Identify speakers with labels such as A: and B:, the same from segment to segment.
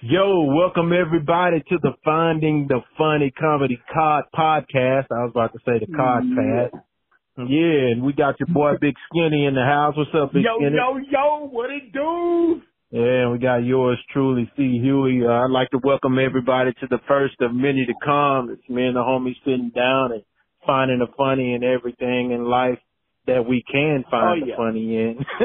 A: Yo, welcome everybody to the Finding the Funny Comedy Cod podcast. I was about to say the Cod Pad. Yeah, and we got your boy Big Skinny in the house. What's up, Big
B: Yo,
A: Skinny?
B: yo, yo, what it do?
A: Yeah, and we got yours truly, C. Huey. Uh, I'd like to welcome everybody to the first of many to come. It's me and the homie sitting down and finding the funny in everything in life that we can find
B: Oh, yeah.
A: the funny in.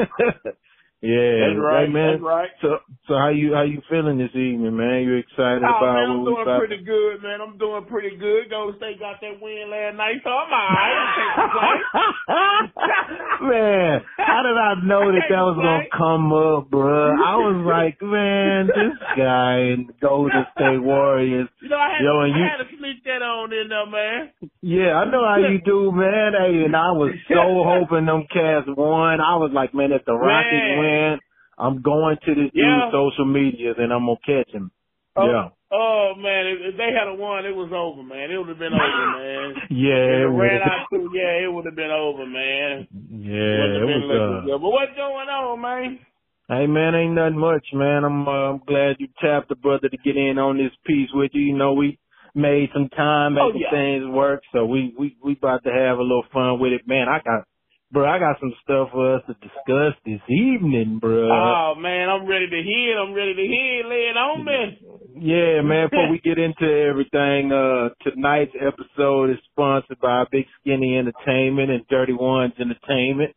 A: yeah,
B: that's right,
A: Hey, man.
B: that's right.
A: So, so how you how you feeling this evening, man? You excited
B: Oh,
A: about
B: man, I'm
A: what we
B: doing
A: about?
B: pretty good, man. I'm doing pretty good. Go State got that win last night, so I'm alright.
A: man, how did I know that that was gonna come up, bruh? I was like, man, this guy and the Golden State Warriors.
B: You know, I had,
A: Yo,
B: to,
A: and you-
B: I had to sneak that on in there, man.
A: Yeah, I know how you do, man. Hey, and I was so hoping them Cavs won. I was like, man, if the Rockets
B: Man.
A: win, I'm going to this
B: Yeah.
A: dude's social media, then I'm gonna catch him.
B: Oh.
A: Yeah,
B: Oh man, if, if they had a won, it was over, man. It would have been over, man. If
A: yeah,
B: it
A: it
B: ran
A: was,
B: out too, yeah, it would have been over, man. It
A: yeah,
B: wouldn't
A: it
B: have been
A: was.
B: looking
A: Uh,
B: good. But what's going on, man?
A: Hey man, ain't nothing much, man. I'm uh, I'm glad you tapped the brother to get in on this piece with you. You know we made some time
B: Oh,
A: making
B: yeah.
A: things work, so we we we about to have a little fun with it, man. I got, bro, I got some stuff for us to discuss this evening, bro.
B: Oh man, I'm ready to hear. it. I'm ready to hear. it. Lay it on me.
A: Yeah, man. Before we get into everything, uh, tonight's episode is sponsored by Big Skinny Entertainment and Dirty Ones Entertainment.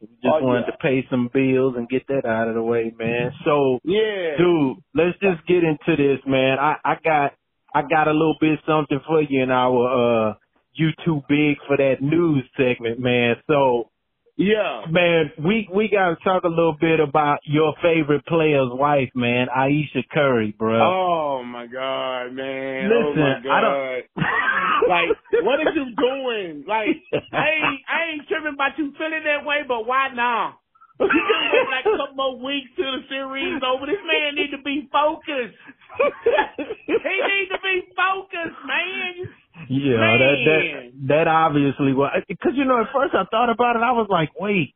A: We just
B: Oh,
A: wanted
B: yeah.
A: to pay some bills and get that out of the way, man. So,
B: Yeah.
A: dude, let's just get into this, man. I, I got, I got a little bit something for you in our, uh, you too big for that news segment, man. So,
B: Yeah.
A: Man, we we gotta talk a little bit about your favorite player's wife, man, Aisha Curry, bro.
B: Oh my god, man. oh
A: Listen,
B: my god.
A: I don't-
B: Oh, like, what are you doing? Like, I ain't, I ain't tripping about you feeling that way, but why now? You just wait like a couple more weeks till the series over. This man need to be focused. he need to be focused, man. You-
A: yeah, that that that obviously was because you know at first I thought about it, I was like, wait,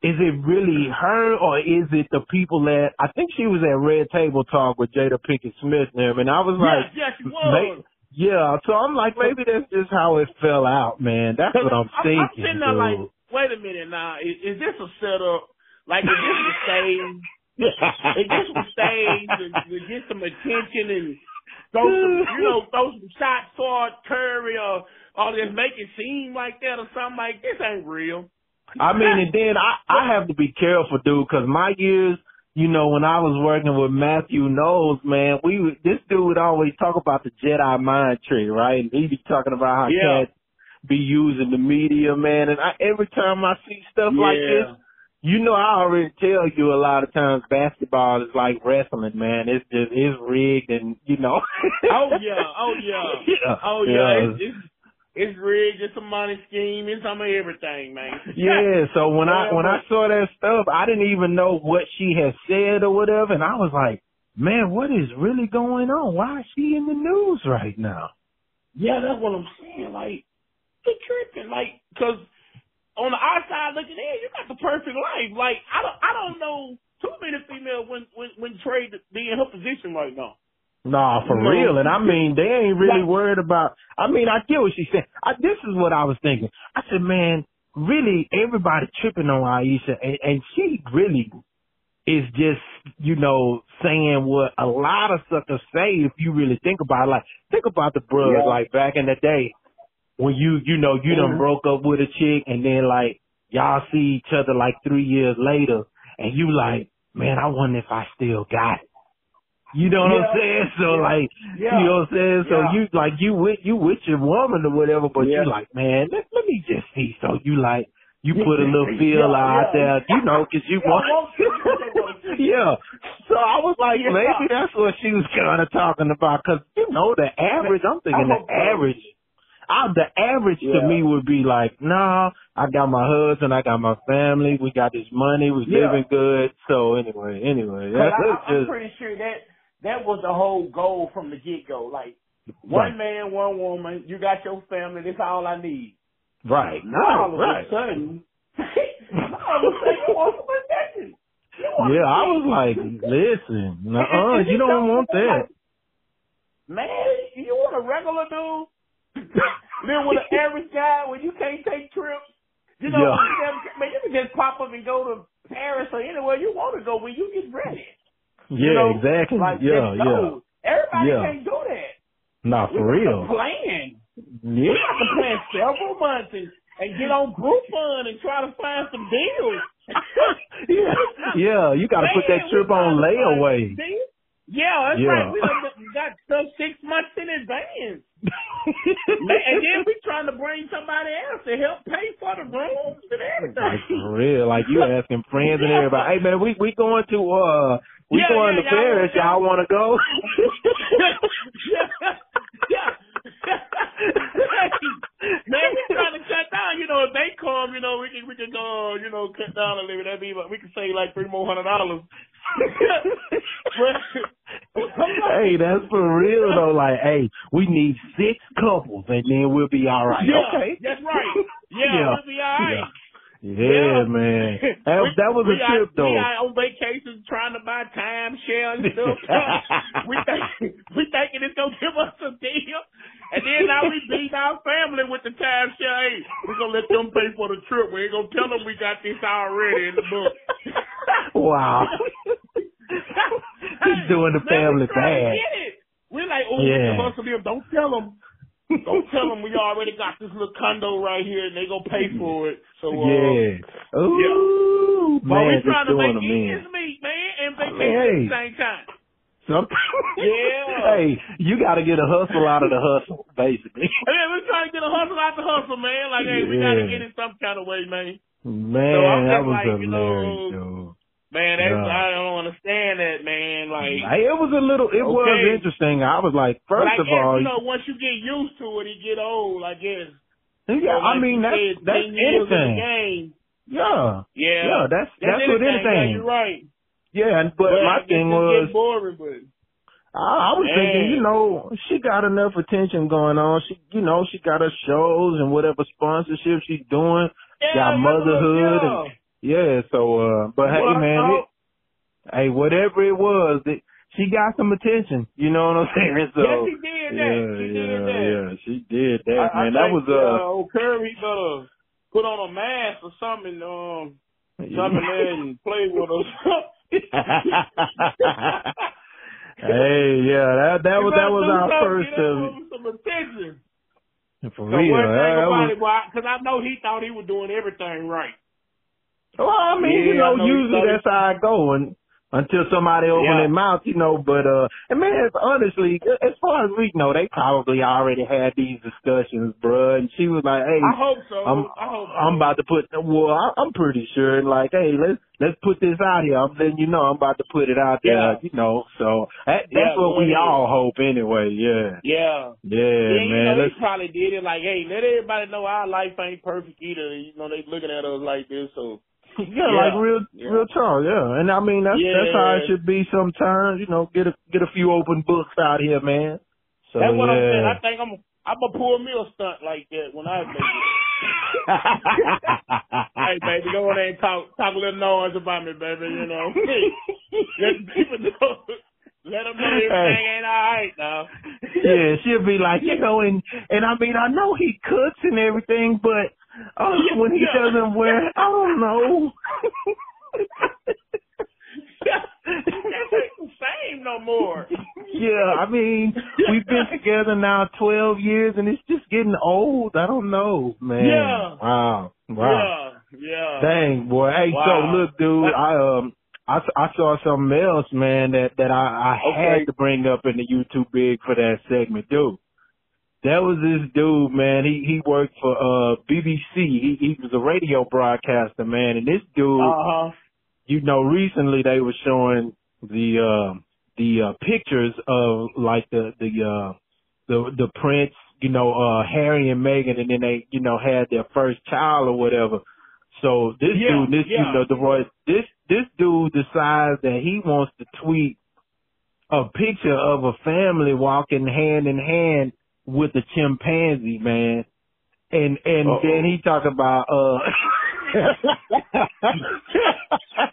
A: is it really her or is it the people that I think she was at Red Table Talk with Jada Pinkett Smith and him, and I was like,
B: yes, yes, you
A: mate,
B: was.
A: yeah, so I'm like, maybe that's just how it fell out, man. That's what I'm
B: I'm,
A: thinking,
B: I'm sitting there
A: dude.
B: like, wait a minute now. Is, is this a setup? Like, is this a stage? Is this a stage to, to get some attention and throw some, you know, throw some shots toward Curry or or just make it seem like that or something like this ain't real.
A: I mean, and then I I have to be careful, dude, because my years, you know, when I was working with Matthew Knowles, man, we would- this dude would always talk about the Jedi mind trick, right? And he'd be talking about how
B: Yeah.
A: cats be using the media, man. And I, every time I see stuff like this, you know, I already tell you a lot of times basketball is like wrestling, man. It's just it's rigged, and you know.
B: Oh yeah, oh yeah,
A: yeah.
B: oh yeah. It's, it's it's rigged. It's a money scheme. It's some of everything, man.
A: Yeah, so when I when I saw that stuff, I didn't even know what she had said or whatever, and I was like, "Man, what is really going on? Why is she in the news right now?"
B: Yeah, that's what I'm saying. Like, they tripping. Like, cause on the outside looking in, you got the perfect life. Like, I don't, I don't know too many females when when when trade to be in her position right now.
A: Nah, for
B: No.
A: real. And I mean, they ain't really
B: Like-
A: worried about. I mean, I get what she said. I, this is what I was thinking. I said, "Man, really, everybody tripping on Aisha, and, and she really is just, you know, saying what a lot of suckers say if you really think about it. Like, think about the bros,
B: Yeah.
A: like back in the day when you, you know, you done
B: Mhm.
A: broke up with a chick and then like y'all see each other like three years later and you like, man, I wonder if I still got it. You know what I'm
B: Yeah.
A: saying? So
B: Yeah.
A: like, you know what I'm saying? So
B: Yeah.
A: you like you with you with your woman or whatever, but
B: Yeah.
A: you like, man, let, let me just see. So you like you put a little feel
B: Yeah,
A: out
B: yeah.
A: there, you know, 'cause you
B: Yeah,
A: want.
B: I want to.
A: yeah. So I was like,
B: Yeah.
A: maybe that's what she was kind of talking about, 'cause you know the average. I'm thinking the
B: hope so.
A: average. I, the average to
B: Yeah.
A: me would be like, nah, I got my husband, I got my family, we got this money, we
B: Yeah.
A: living good. So anyway, anyway,
B: Cause
A: that's
B: I, I'm
A: just
B: pretty sure that that was the whole goal from the get go. Like, one man, one woman. You got your family. That's all I need.
A: right, right,
B: Now all of
A: right.
B: a sudden, now all of a sudden you want some attention.
A: Yeah, I was like, listen, uh, you don't want that.
B: Man, you want a regular dude? Live with an average guy when you can't take trips? You know,
A: Yeah.
B: you, can, man, you can just pop up and go to Paris or anywhere you want to go when you get ready.
A: Yeah,
B: know,
A: exactly.
B: Like,
A: yeah,
B: just
A: yeah.
B: go. Everybody
A: Yeah.
B: can't do that.
A: Nah,
B: We
A: for
B: got to
A: real.
B: Plan.
A: Yeah.
B: We got to plan several months and, and get on Groupon and try to find some deals.
A: yeah. Yeah, you gotta put that
B: Man,
A: trip
B: we
A: on
B: gotta find
A: layaway.
B: some deals. Yeah, that's
A: Yeah.
B: right. We done got- got stuff six months in advance. Man, and then we trying to bring somebody else to help pay for the rooms and
A: Like for
B: everything.
A: real, like you asking friends and everybody. Hey man, we we going to uh we
B: Yeah,
A: going
B: yeah,
A: to
B: y'all
A: Paris.
B: wanna
A: Y'all want to go?
B: yeah. Man, we trying to cut down. You know, if they come, you know, we can we can go, you know, cut down a little bit. That'd be like we can save like three more hundred dollars.
A: hey, that's for real though. Like, hey, we need six couples, and then we'll be all right.
B: Yeah,
A: Okay.
B: That's right. Yeah,
A: Yeah.
B: we'll be all right.
A: Yeah. Yeah,
B: Yeah.
A: man. That,
B: We-
A: that was a
B: we out-
A: trip
B: We
A: though.
B: out on vacations trying to buy timeshare and stuff. we think we thinking it's gonna give us a deal, and then now we beat our family with the timeshare. Hey, we're gonna let them pay for the trip. We ain't gonna tell them we got this already in the book.
A: wow. He's doing the family bad.
B: We're like, oh,
A: Yeah.
B: the bunch of them, don't tell them. Don't tell them we already got this little condo right here, and they gonna pay for it. So uh,
A: yeah. Ooh,
B: But
A: man,
B: we
A: just
B: trying to
A: doing
B: make
A: them in.
B: ends meet, man, and vacation
A: Hey.
B: at the same time.
A: Some-
B: Yeah.
A: Hey, you got to get a hustle out of the hustle, basically.
B: I mean, we're trying to get a hustle out the hustle, man. Like, hey, we gotta
A: Yeah.
B: get in some kind of way, man.
A: Man,
B: So I'm
A: that
B: just
A: was
B: like, you know,
A: hilarious, dude.
B: Man, that's
A: Yeah.
B: I don't understand that, man. Like,
A: Hey, it was a little, it was
B: Okay.
A: interesting. I was like, first
B: like,
A: of all,
B: you know, once you get used to it, it get old. I guess.
A: yeah,
B: So,
A: I
B: like
A: mean,
B: you
A: that's,
B: said,
A: that's
B: 10 years in the
A: anything.
B: game.
A: Yeah.
B: Yeah.
A: yeah, that's,
B: That's,
A: that's with
B: anything. Yeah, you're
A: anything.
B: right.
A: Yeah, and but
B: Well,
A: my
B: I guess
A: thing
B: it
A: was,
B: get boring, but
A: I, I was
B: Man.
A: thinking, you know, she got enough attention going on. She, you know, she got her shows and whatever sponsorship she's doing.
B: yeah,
A: Got
B: that's
A: motherhood
B: what- yeah.
A: Yeah, so, uh, but hey,
B: Well, oh, I
A: man,
B: thought-
A: it, hey, whatever it was, it, she got some attention. You know what I'm saying? So,
B: yes, he did that. he
A: yeah,
B: did
A: yeah,
B: that.
A: yeah, she did that,
B: I,
A: man.
B: I
A: that
B: think,
A: was uh,
B: old Curry better put on a mask or something, um, something there and play with us.
A: hey, yeah, that that
B: You
A: was
B: better
A: that was
B: do
A: our
B: something,
A: first
B: get that
A: of
B: woman some attention.
A: for
B: So
A: real. that-
B: one thing
A: that was-
B: about it, because I know he thought he was doing everything right.
A: Well, I mean, you
B: Yeah, I
A: know,
B: know
A: usually
B: you-
A: that's how I go and until somebody open
B: Yeah.
A: their mouth, you know, but uh and man, it's honestly, as far as we know, they probably already had these discussions, bruh. And she was like, Hey,
B: I hope so.
A: I'm
B: I hope. so.
A: I'm about to put well, I I'm pretty sure like, hey, let's let's put this out here. I'm letting you know I'm about to put it out there,
B: Yeah.
A: you know. So that,
B: Yeah,
A: that's what
B: go
A: we
B: ahead.
A: all hope anyway, yeah.
B: Yeah.
A: Yeah,
B: Yeah, you
A: man.
B: know,
A: Let's
B: they probably did it like, hey, let everybody know our life ain't perfect either. You know, they looking at us like this, so
A: Yeah,
B: Yeah.
A: like real,
B: Yeah.
A: real talk. Yeah, and I mean that's that's how it
B: Yeah.
A: should be sometimes. You know, get a get a few open books out here, man. So
B: that's what I'm saying.
A: yeah.
B: I think I'm, I'm a poor meal stunt like that when I make it. hey, baby, go on there and talk, talk a little noise about me, baby, you know. let people know. Let them know everything
A: Hey.
B: ain't all right now.
A: yeah, she'll be like, you know, and and I mean I know he cooks and everything, but oh, when he
B: Yeah.
A: doesn't wear, I don't know.
B: that ain't the same no more.
A: yeah, I mean we've been together now twelve years, and it's just getting old. I don't know, man.
B: Yeah.
A: Wow. Wow.
B: Yeah, yeah.
A: Dang boy. Hey,
B: Wow.
A: so look, dude,
B: That-
A: I um, I, s- I saw something else, man, that that I, I
B: Okay.
A: had to bring up in the YouTube big for that segment, dude. That was this dude, man. He he worked for uh BBC. He he was a radio broadcaster, man. And this dude,
B: Uh-huh.
A: you know, recently they were showing the um the uh, pictures of like the the uh the the prince, you know, uh Harry and Meghan and then they, you know, had their first child or whatever. So this
B: Yeah,
A: dude, this
B: yeah.
A: you know, the Roy this this dude decides that he wants to tweet a picture of a family walking hand in hand with a chimpanzee, man. and and
C: Uh-oh.
A: then he talked about uh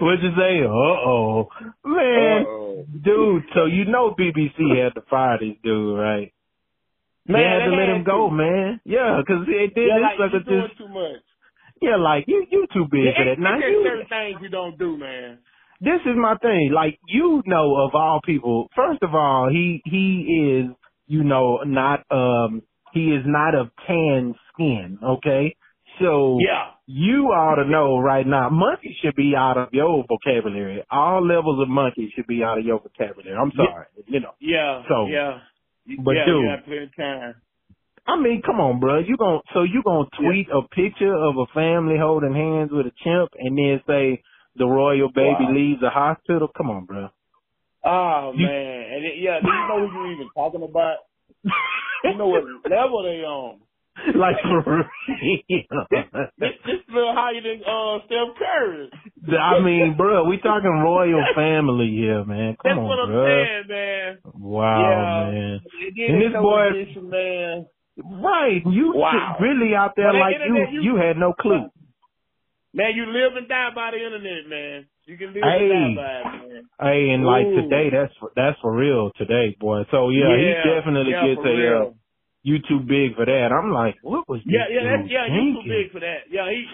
A: what you say? Uh oh, man,
C: Uh-oh.
A: dude. So you know BBC had to fire this dude, right? they had to let him go, man. Yeah, because it did
B: Yeah,
A: this
B: like,
A: sucker
B: you're doing
A: just
B: too much.
A: yeah, like you you too big for
B: There-
A: that. Now
B: there's
A: you
B: certain things you don't do, man.
A: this is my thing. Like you know, of all people, first of all, he he is you know not um he is not of tan skin. Okay, so
B: Yeah.
A: you ought to know right now, monkey should be out of your vocabulary. All levels of monkey should be out of your vocabulary. I'm sorry, you know.
B: Yeah.
A: So,
B: yeah. You-
A: but
B: yeah,
A: dude.
B: you got plenty of time.
A: I mean, come on, bro. You gon' so you gonna tweet a picture of a family holding hands with a chimp and then say the royal baby
B: Wow.
A: leaves the hospital? Come on, bro.
B: Oh
A: You-
B: man, and it, yeah, do you know who you even talking about? You know what level they on?
A: like for
B: This
A: real.
B: this little higher than uh Steph Curry.
A: I mean, bro, we talking royal family here, man. Come
B: That's
A: on,
B: what I'm
A: bro.
B: saying, man.
A: Wow,
B: yeah.
A: man.
B: And, then
A: And
B: they
A: this
B: know
A: boy-
B: this man.
A: Right, you
B: Wow.
A: really out there
B: But
A: like
B: the
A: you,
B: internet,
A: you
B: you-
A: had no clue.
B: Man, you live and die by the internet, man. You can live
A: Hey.
B: and die by it, man.
A: Hey, and like
B: Ooh.
A: today, that's for, that's for real today, boy. So yeah, he definitely
B: yeah,
A: gets a
B: for
A: uh,
B: real.
A: you too big for that. I'm like, what was
B: Yeah,
A: this
B: yeah, that's,
A: dude
B: yeah. You
A: thinking?
B: too big for that. Yeah, he.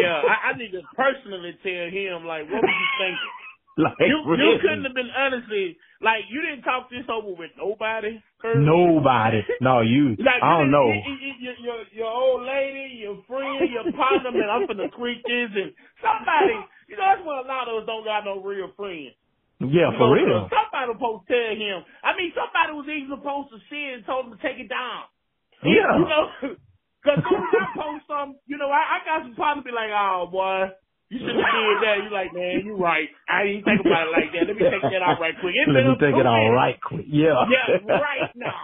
B: Yeah, I, I need to personally tell him like, what was you thinking?
A: Like,
B: You, you
A: really?
B: couldn't have been honestly like you didn't talk this over with nobody. Curry.
A: Nobody. No, you.
B: Like,
A: I don't
B: you didn't-
A: know.
B: You, you- you- your your old lady, your friend, your partner, man. I'm finna tweak this and somebody. You know that's why a lot of us don't got no real friends.
A: Yeah,
B: You
A: for
B: know,
A: real.
B: Somebody supposed to tell him. I mean, somebody was even supposed to see it and told him to take it down.
A: Yeah.
B: You know, because soon as I post something, um, you know, I, I got some partners be like, oh, boy, you should have did that. you like, man, you right. I didn't think about it like that. Let me take that out right quick. It's
A: Let
B: been
A: me
B: up
A: take it
B: two
A: out
B: minutes.
A: right quick. Yeah.
B: Yeah, right now.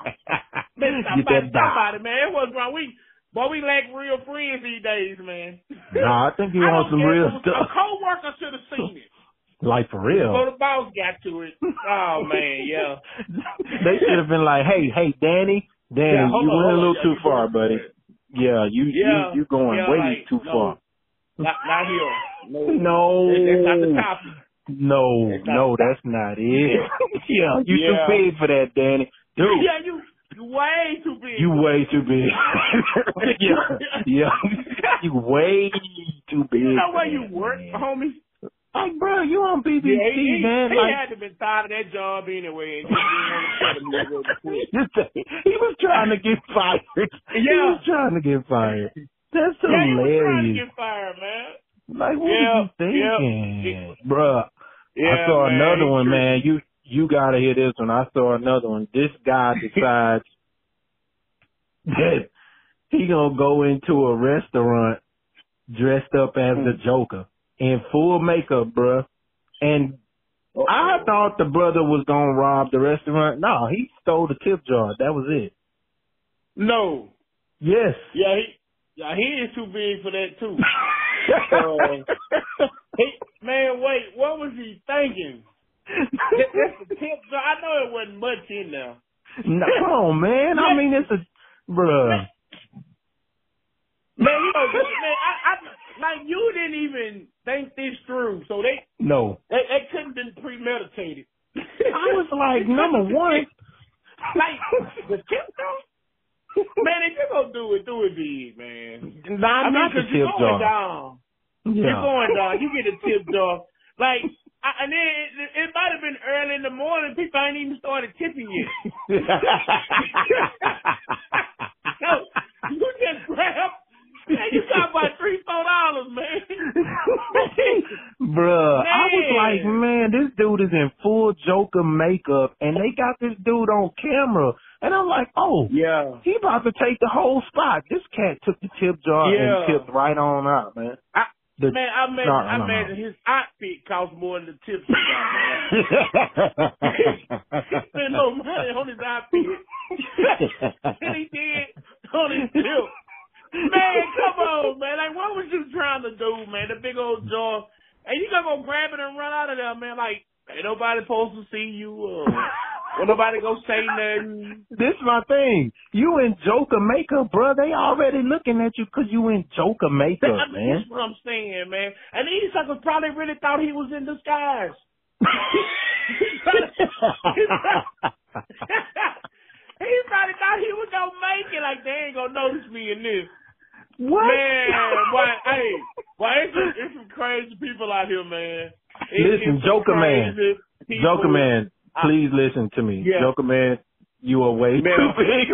B: Man,
A: Get
B: somebody,
A: that dot.
B: somebody, man. It was wrong. We, boy, we lack real friends these days, man.
A: Nah, I think you
B: I
A: want
B: don't
A: some
B: care
A: real
B: if it was-
A: stuff.
B: A coworker should have seen it.
A: Like for
B: But
A: real.
B: the boss got to it. Oh man, yeah.
A: they should have been like, hey, hey, Danny, Danny,
B: yeah
A: you
B: hold
A: went
B: on,
A: a
B: hold on.
A: little
B: Yeah,
A: too
B: you
A: far,
B: going-
A: buddy. Yeah, you
B: Yeah,
A: you you going
B: yeah,
A: way
B: like,
A: too
B: no.
A: far.
B: Not, not here. No.
A: No,
B: That's not the topic.
A: no,
B: That's not
A: no,
B: the
A: that's not it. yeah, you
B: Yeah.
A: too big for that, Danny. Dude,
B: Yeah, you you way too big.
A: you way too big. yeah, yeah, you way too big.
B: You know
A: for
B: where
A: that,
B: you work,
A: man.
B: homie?
A: Like, bro, you on BBC,
B: Yeah, he, he,
A: man.
B: he
A: like,
B: had to been tired of that job anyway. And just didn't want to tell him that real quick.
A: he was trying to get fired. He
B: Yeah.
A: was trying to get fired. That's
B: yeah, he was trying to
A: hilarious.
B: get fired, man.
A: Like, what
B: Yeah,
A: was you
B: yeah.
A: thinking, bruh?
B: Yeah,
A: I saw
B: man,
A: another
B: he
A: one,
B: tripped.
A: man. You you gotta hear this one. I saw another one. This guy decides that he gonna go into a restaurant dressed up as the
B: Mm.
A: Joker in full makeup, bruh. And I thought the brother was gonna rob the restaurant. No, he stole the tip jar. That was it.
B: No.
A: Yes.
B: Yeah, he yeah he is too big for that too. He, man, wait, what was he thinking? That, that's the tip. jar. I know it wasn't much in there.
A: no, come on, man. I mean, it's a bruh.
B: Man, you know, man, I, I, like you didn't even think this through, so they
A: No,
B: That, that couldn't have been premeditated.
A: I was like number one.
B: like, the tip though? Man, if you're gonna do it, do it big, man.
A: Nah,
B: I
A: I'm
B: mean,
A: not the
B: 'cause
A: tip
B: you're going
A: jar.
B: down. You're
A: Yeah.
B: going down. You get a tip jar. Like, I, and then it, it- it might have been early in the morning. People ain't even started tipping yet. No, you just grab. Man, you got about three, four dollars, man.
A: Bruh, I was
B: Man.
A: like, man, this dude is in full Joker makeup, and they got this dude on camera, and I'm like, oh,
B: Yeah.
A: he about to take the whole spot. This cat took the tip jar
B: Yeah.
A: and tipped right on out, man.
B: I-
A: The-
B: Man, I imagine,
A: No,
B: I
A: no, no.
B: imagine his outfit cost more than the tip jar. man. spent no money on his outfit. and he did on his tip. Man, come on, man. Like, what was you trying to do, man? The big old jaw. And you gonna go grab it and run out of there, man. Like, ain't nobody supposed to see you. Uh, Well, nobody gonna say nothing.
A: This is my thing. You in Joker makeup, bro. They already looking at you 'cause you in Joker
B: That-
A: makeup,
B: I mean,
A: man.
B: That's what I'm saying, man. And these suckers probably really thought he was in disguise. he probably thought he was gonna make it. Like they ain't gonna notice me in this.
A: what?
B: Man, why? hey, why it's some, it's some crazy people out here, man. It-
A: Listen,
B: it's some
A: Joker man.
B: crazy people.
A: Joker man,
B: I-
A: please listen to me.
B: Yeah.
A: Joker man, you are way
B: Man.
A: too big.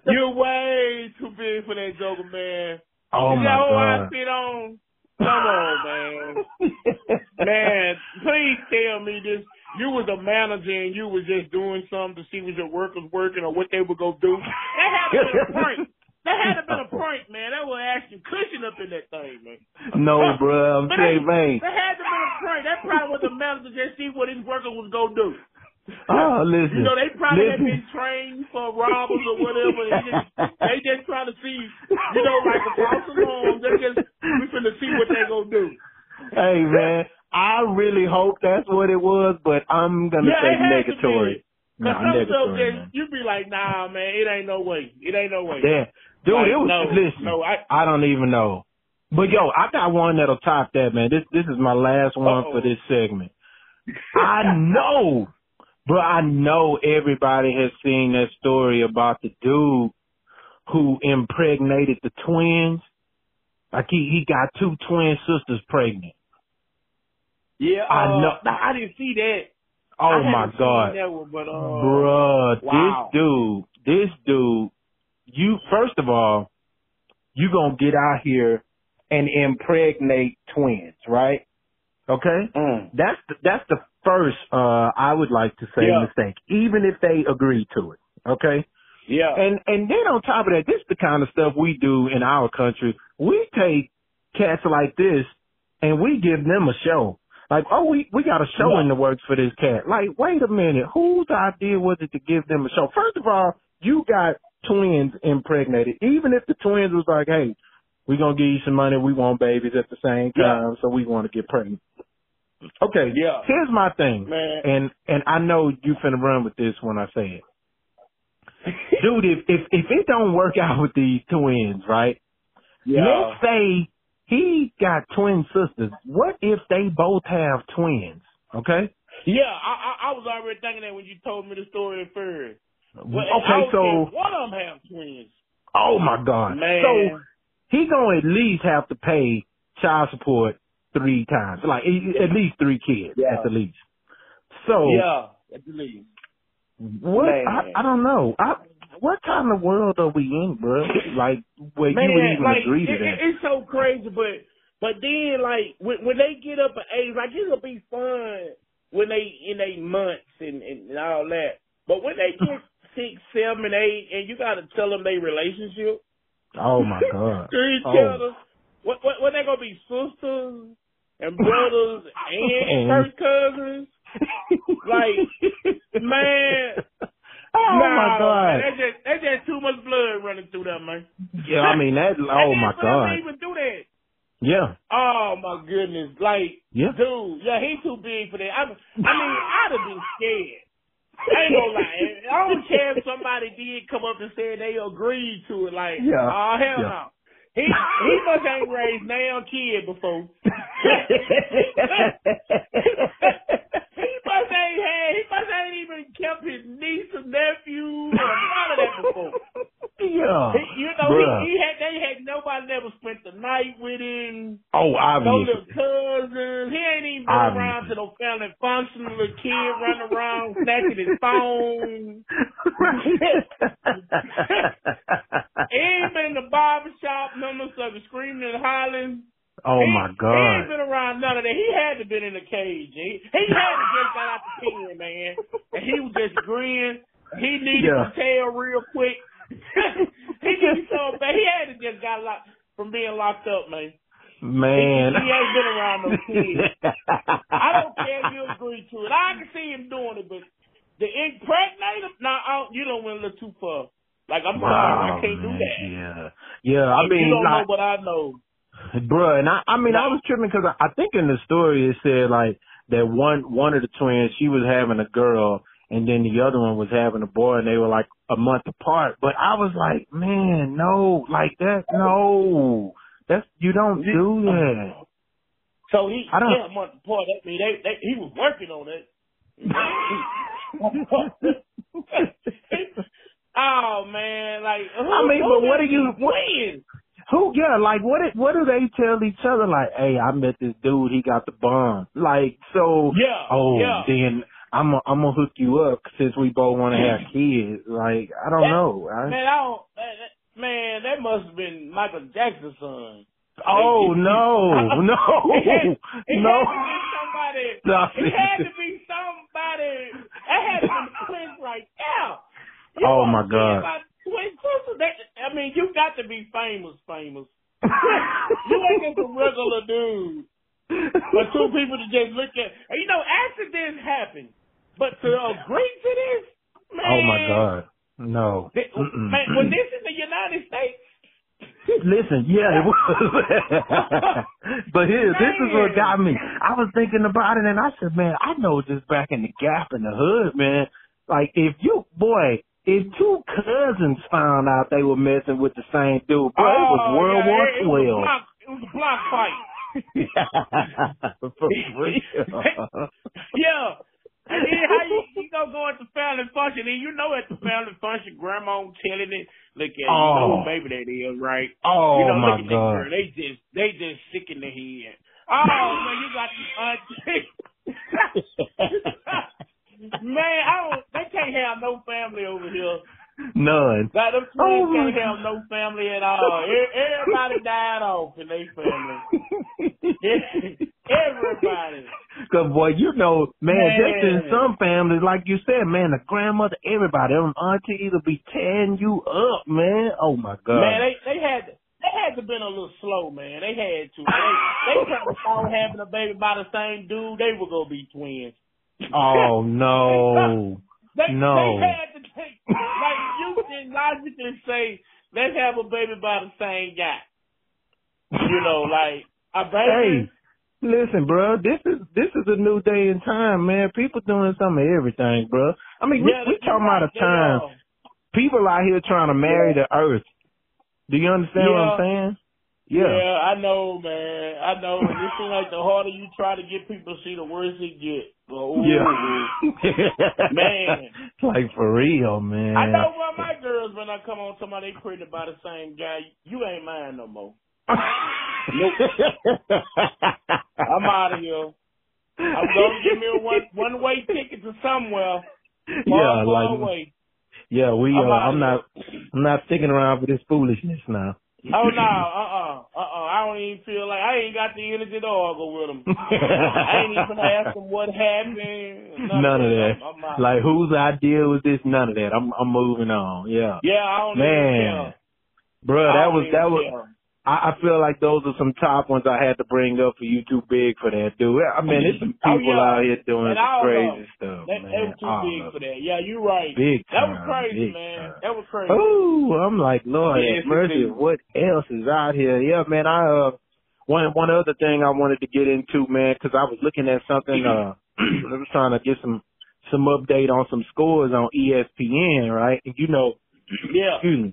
B: You're way too big for that Joker man.
A: oh
B: Is that who I
A: my god.
B: sit on? Come on, man. Man, please tell me this. You was a manager and you was just doing something to see what your workers working or what they would go do. That had to been a prank. That had to been a prank, man. That would ask you cushion up in that thing, man.
A: No, bro. I'm
B: But
A: saying, man.
B: That had to been a prank. That probably was a manager just see what his worker was gonna do.
A: Oh, listen.
B: You know, they probably had
A: listen.
B: been trained for robbers or whatever. They just, they just trying to see, you know, like a false alarm. They just we finna see what they gonna do.
A: Hey, man. I really hope that's what it was, but I'm gonna
B: Yeah, it had
A: say
B: to be.
A: negatory. No,
B: Cause
A: I'm
B: some stuff
A: negatory,
B: just
A: man.
B: you be like, nah, man, it ain't no way. It ain't no way.
A: Yeah. Dude,
B: Like,
A: it was
B: no,
A: listen.
B: No, I
A: I don't even know. But yo, I got one that'll top that, man. This this is my last one
B: Uh-oh.
A: for this segment. I know, but I know everybody has seen that story about the dude who impregnated the twins. Like he he got two twin sisters pregnant.
B: yeah,
A: I
B: uh,
A: know.
B: Nah, I didn't see that.
A: Oh
B: I
A: my
B: haven't seen
A: god.
B: that one, but uh,
A: Bruh,
B: wow.
A: this dude, this dude, you first of all, you gonna get out here and impregnate twins, right? Okay,
B: mm.
A: that's the, that's the first uh I would like to say
B: Yeah.
A: mistake, even if they agree to it. Okay,
B: yeah,
A: and and then on top of that, this is the kind of stuff we do in our country. We take cats like this and we give them a show. Like, oh, we we got a show
B: Yeah.
A: in the works for this cat. Like, wait a minute, whose idea was it to give them a show? First of all, you got twins impregnated. Even if the twins was like, hey, we gonna give you some money, we want babies at the same
B: Yeah.
A: time, so we want to get pregnant. Okay,
B: Yeah.
A: Here's my thing,
B: man.
A: and and I know you finna run with this when I say it dude, if if if it don't work out with these twins, right?
B: yeah,
A: Let's say he got twin sisters. What if they both have twins? Okay.
B: yeah. I, I I was already thinking that when you told me the story at first. Well, and I
A: okay,
B: was
A: so
B: thinking, one of them have twins,
A: oh my god,
B: man.
A: so he gonna at least have to pay child support three times, like e- at least three kids
B: Yeah.
A: at the least. So
B: yeah, I believe.
A: what?
B: Man.
A: I, I don't know. I, what kind of world are we in, bro? Like where you would even
B: like,
A: agree to
B: it,
A: that?
B: it- it's so crazy, but but then like when when they get up in age, like it'll be fun when they in they months and and all that. But when they get six, seven, eight, and you gotta tell them they relationship
A: oh my god.
B: to each
A: Oh.
B: other, what what what they gonna be sisters and brothers and
A: And-
B: first cousins? Like, man.
A: Oh my
B: Nah, man,
A: god.
B: That's just that's just too much blood running through that man.
A: Yeah, I mean that. Oh
B: And
A: my
B: then for them to
A: god.
B: Even do that.
A: Yeah,
B: Oh my goodness! Like,
A: yeah.
B: dude, yeah, he too big for that. I, I mean, I'd have been scared. I ain't gonna lie. I don't care if somebody did come up and said they agreed to it. Like,
A: Yeah.
B: oh hell
A: Yeah.
B: no. He he must ain't raised now kid before. He must ain't had. He must ain't even kept his niece and nephew or none of that before.
A: yeah.
B: He, you know,
A: Bruh.
B: he, he had. They had nobody never spent the night with him.
A: Oh,
B: No
A: obviously.
B: little cousins. He ain't even been
A: Obviously.
B: around to no family function. Little kid running around snatching his phone. He ain't been in the barber shop. None of them screaming and hollering.
A: oh
B: he,
A: my
B: He ain't
A: god.
B: been around none of that. He had to been in a cage. He, he had to just got out the pen, man. And he was just grinning. He needed
A: Yeah.
B: to tell real quick. he needed so bad. He had to just got locked from being locked up, man.
A: Man.
B: He ain't been around no kids. I don't care if you agree to it. I can see him doing it, but the impregnate him, nah, I don't, you don't went a little too far. Like I'm sorry, I
A: Wow,
B: can't do
A: man,
B: that.
A: Yeah. Yeah, I mean
B: you don't
A: like
B: know what I know.
A: Bruh, and I, I mean, I was tripping because I, I think in the story it said like that one one of the twins she was having a girl, and then the other one was having a boy, and they were like a month apart. But I was like, man, no, like that, no, that's you don't do that.
B: So he,
A: I don't-
B: yeah, a month apart. I mean, they, they, he was working on it. oh man, like who,
A: I mean,
B: who
A: but what
B: is
A: are you-
B: he
A: what-
B: playing?
A: Who? Yeah, like what? What do they tell each other? Like, hey, I met this dude. He got the bomb. Like, so.
B: Yeah,
A: Oh,
B: yeah.
A: then I'm i I'm gonna hook you up since we both want to have kids. Like, I don't
B: That-
A: know. I,
B: Man, I don't. that- that- Man, that must have been Michael Jackson's son.
A: oh no, no,
B: It It
A: no.
B: had
A: Stop
B: to be somebody. It had
A: it.
B: to be somebody. That had to be twins right now. You
A: Oh,
B: wanna
A: my
B: see
A: God.
B: about Twin sisters? That- I mean, you got to be famous, famous. You ain't just a regular dude. For two people to just look at. You know, accidents happen, but to agree to this, man.
A: Oh my God, no.
B: Thi-
A: Mm-mm.
B: man, was this in the United States?
A: Listen, yeah, it was. but here, this is what got me. I was thinking about it, and I said, man, I know this back in the gap in the hood, man. Like, if you, boy, if two cousins found out they were messing with the same dude, boy, it was
B: Oh,
A: World
B: yeah,
A: War
B: it- it was
A: Twelve.
B: a block- It was a block fight.
A: For real.
B: Yeah. And then how you, you gonna go at the family function and you know at the family function grandma telling it, look at you
A: Oh.
B: know who baby that is, right?
A: Oh
B: you know,
A: my
B: look at that
A: God.
B: girl. They just they just sick in the head. Oh man, you got the auntie. man, I don't they can't have no family over here.
A: None.
B: Like them twins
A: Oh, my
B: can't have no family at all. E- Everybody died off in their family. Everybody.
A: Cause boy, you know, man, just in
B: Man.
A: some families, like you said, man, the grandmother, everybody, them aunties will be tearing you up, man. Oh my god.
B: Man, they they had they had to been a little slow, man. They had to. They they probably thought having a baby by the same dude, they were gonna be twins.
A: oh no.
B: They
A: No.
B: they had to take like you can logically say, let's have a baby by the same guy. You know, like a
A: Hey,
B: baby
A: listen, bro, this is this is a new day in time, man. People doing some of everything, bro. I mean, we,
B: Yeah,
A: we talking about a
B: they
A: time.
B: are.
A: People out here trying to marry the earth. Do you understand what I'm
B: Yeah.
A: saying?
B: yeah, I know, man. I know. And it seems like the harder you try to get people to see, the worse it get. Oh,
A: Yeah.
B: Man.
A: Like for real, man.
B: I know one of my girls when I come on somebody they pregnant by the same guy. You ain't mine no more. I'm out of here. I'm gonna give me a one one way ticket to somewhere.
A: Yeah,
B: Far, far
A: like
B: away.
A: yeah, we uh,
B: I'm outta
A: I'm not
B: here.
A: I'm not sticking around for this foolishness now.
B: Oh no, uh uh, uh uh. I don't even feel like I ain't got the energy to argue with him. I ain't even ask him what happened.
A: None of that.
B: I'm, I'm out.
A: Like whose idea was this? None of that. I'm I'm moving on. Yeah.
B: yeah, I don't even
A: Man.
B: care.
A: Bro,
B: I
A: that
B: don't
A: was
B: even
A: that was
B: care.
A: I, I feel like those are some top ones I had to bring up for you too big for that, dude. I mean, there's some
B: Oh,
A: people
B: yeah.
A: out here doing
B: And
A: some
B: all
A: crazy
B: of
A: stuff, Oh, man.
B: That, that was too
A: All
B: big
A: of it.
B: for that. Yeah, you're right.
A: Big
B: that
A: time.
B: was crazy,
A: big
B: man.
A: Time.
B: That was crazy.
A: Ooh, I'm like, Lord, have
B: Yeah, it's
A: mercy.
B: insane.
A: What else is out here? Yeah, man. I uh, one one other thing I wanted to get into, man, because I was looking at something. Uh,
B: Mm-hmm.
A: I was trying to get some some update on some scores on E ESPN, right? And you know,
B: Yeah.
A: excuse me,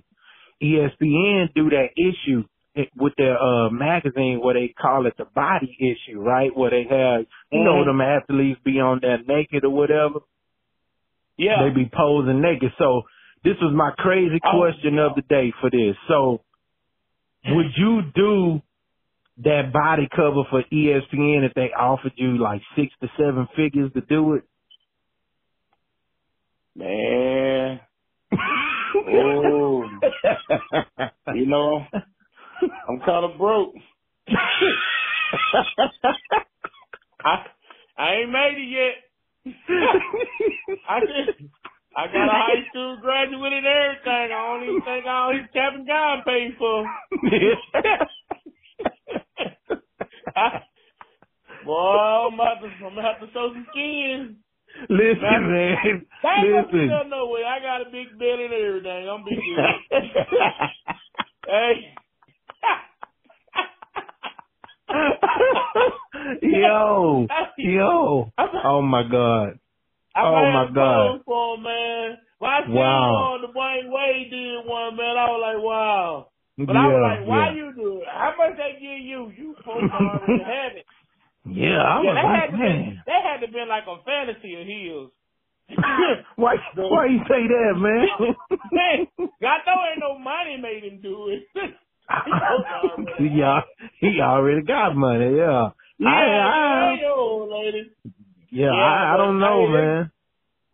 A: E ESPN do that issue with their uh magazine where they call it the body issue, right? Where they have you know
B: Mhm.
A: them athletes be on there naked or whatever.
B: Yeah.
A: They be posing naked. So this was my crazy
B: Oh,
A: question of the day for this. So would you do that body cover for E ESPN if they offered you like six to seven figures to do it?
B: Man. Ooh. You know, I'm kind of broke. I I ain't made it yet. I just I got a high school graduate and everything. I don't even think all his cap and gown paid for. I, boy, I'm about to, I'm gonna have to sew some skins.
A: Listen, man.
B: That ain't
A: Listen.
B: gonna no way. I got a big belly and everything. I'm big. hey.
A: yo, yo.
B: I'm,
A: Oh my God.
B: I
A: Oh,
B: ran
A: my
B: a
A: God.
B: phone call, man. Well, I seen
A: Wow.
B: one, Dwayne Wade did one, man. I was like, wow. But
A: yeah,
B: I was like, why
A: yeah.
B: you do it? How much they give you? You supposed to already have it.
A: yeah, I
B: yeah,
A: was
B: that
A: like,
B: had to
A: man.
B: be that had to been like a fantasy of heels.
A: why,
B: The-
A: why you say that,
B: man, God know ain't no money made him do it.
A: man? yeah, he already got money. Yeah,
B: yeah,
A: I- I-
B: hey, old lady.
A: yeah.
B: Yeah,
A: I, I don't
B: but
A: know,
B: hey,
A: man.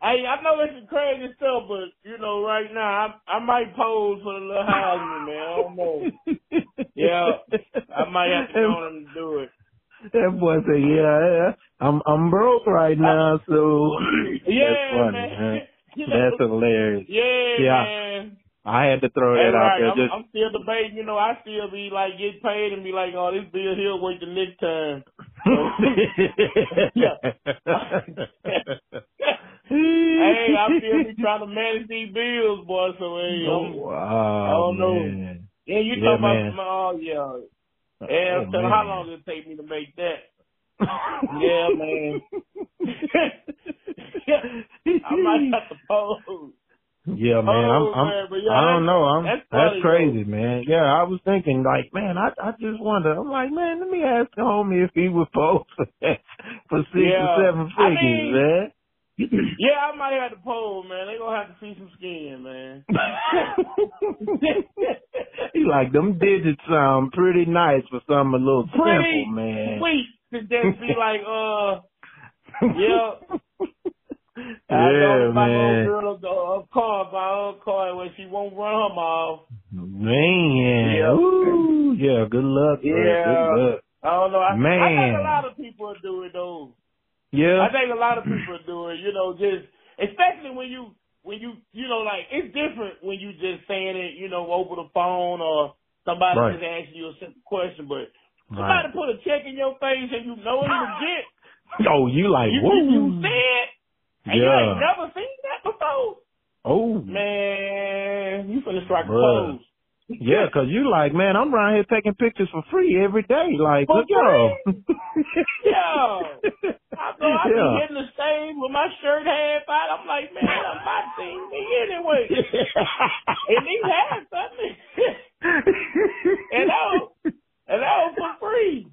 B: Hey, I know it's crazy stuff, but you know, right now I I might pose for the little Heisman, man. I don't know. Yeah, I might have to
A: That-
B: know him to do it.
A: That boy said, "Yeah, yeah, I'm I'm broke right now, so
B: Yeah,
A: that's funny,
B: man.
A: huh?
B: You know,
A: That's hilarious.
B: yeah,
A: Yeah.
B: man.
A: I had to throw
B: That's
A: that out
B: right.
A: there.
B: I'm,
A: Just
B: I'm still debating. You know, I still be like get paid and be like, oh, this bill he'll wait the next time. Yeah. hey, I still be trying to manage these bills, boy. So hey, I'm,
A: Oh, wow,
B: don't know.
A: man.
B: yeah, you
A: Yeah,
B: talking
A: man.
B: about some? Oh yeah. Yeah,
A: Oh,
B: so how
A: man.
B: long did it take me to make that? Yeah, man. I might have to pose.
A: yeah, man. I'm,
B: Pose,
A: I'm,
B: Oh, man, but yeah,
A: I don't know. I'm,
B: that's
A: that's,
B: funny,
A: crazy, man. Yeah, I was thinking like, man, I, I just wonder. I'm like, man, let me ask the homie if he would vote for that for six
B: Yeah.
A: or seven
B: I
A: figures,
B: mean-
A: man.
B: Yeah, I might have to pose, man. They gonna have to see some skin, man.
A: he like them digits sound pretty nice for something a little
B: Pretty
A: simple, man.
B: Sweet to just be like, uh, yeah. I
A: yeah,
B: know my little
A: man.
B: girl of car, my old car, when she won't run her mouth.
A: Man.
B: Yeah.
A: Ooh, yeah, good luck, bro.
B: Yeah.
A: Good luck.
B: I don't know. I, I think
A: Man.
B: a lot of people do it though.
A: Yeah.
B: I think a lot of people do it. You know, just especially when you when you you know like it's different when you just saying it. You know, over the phone or somebody
A: Right.
B: just asking you a simple question, but
A: Right.
B: somebody put a check in your face and you know it's legit.
A: Oh, you like
B: you
A: woo.
B: you see it and you
A: yeah.
B: ain't never seen that before.
A: oh.
B: Man, you finna strike a
A: Bruh.
B: pose.
A: Yeah, 'cause you like, man, I'm around here taking pictures for free every day. Like,
B: For
A: look y'all.
B: Yeah. I go,
A: Yeah.
B: I be hitting the stage with my shirt half out. I'm like, man, I'm about to see me anyway. And he had something. and oh. I was, and I was for free.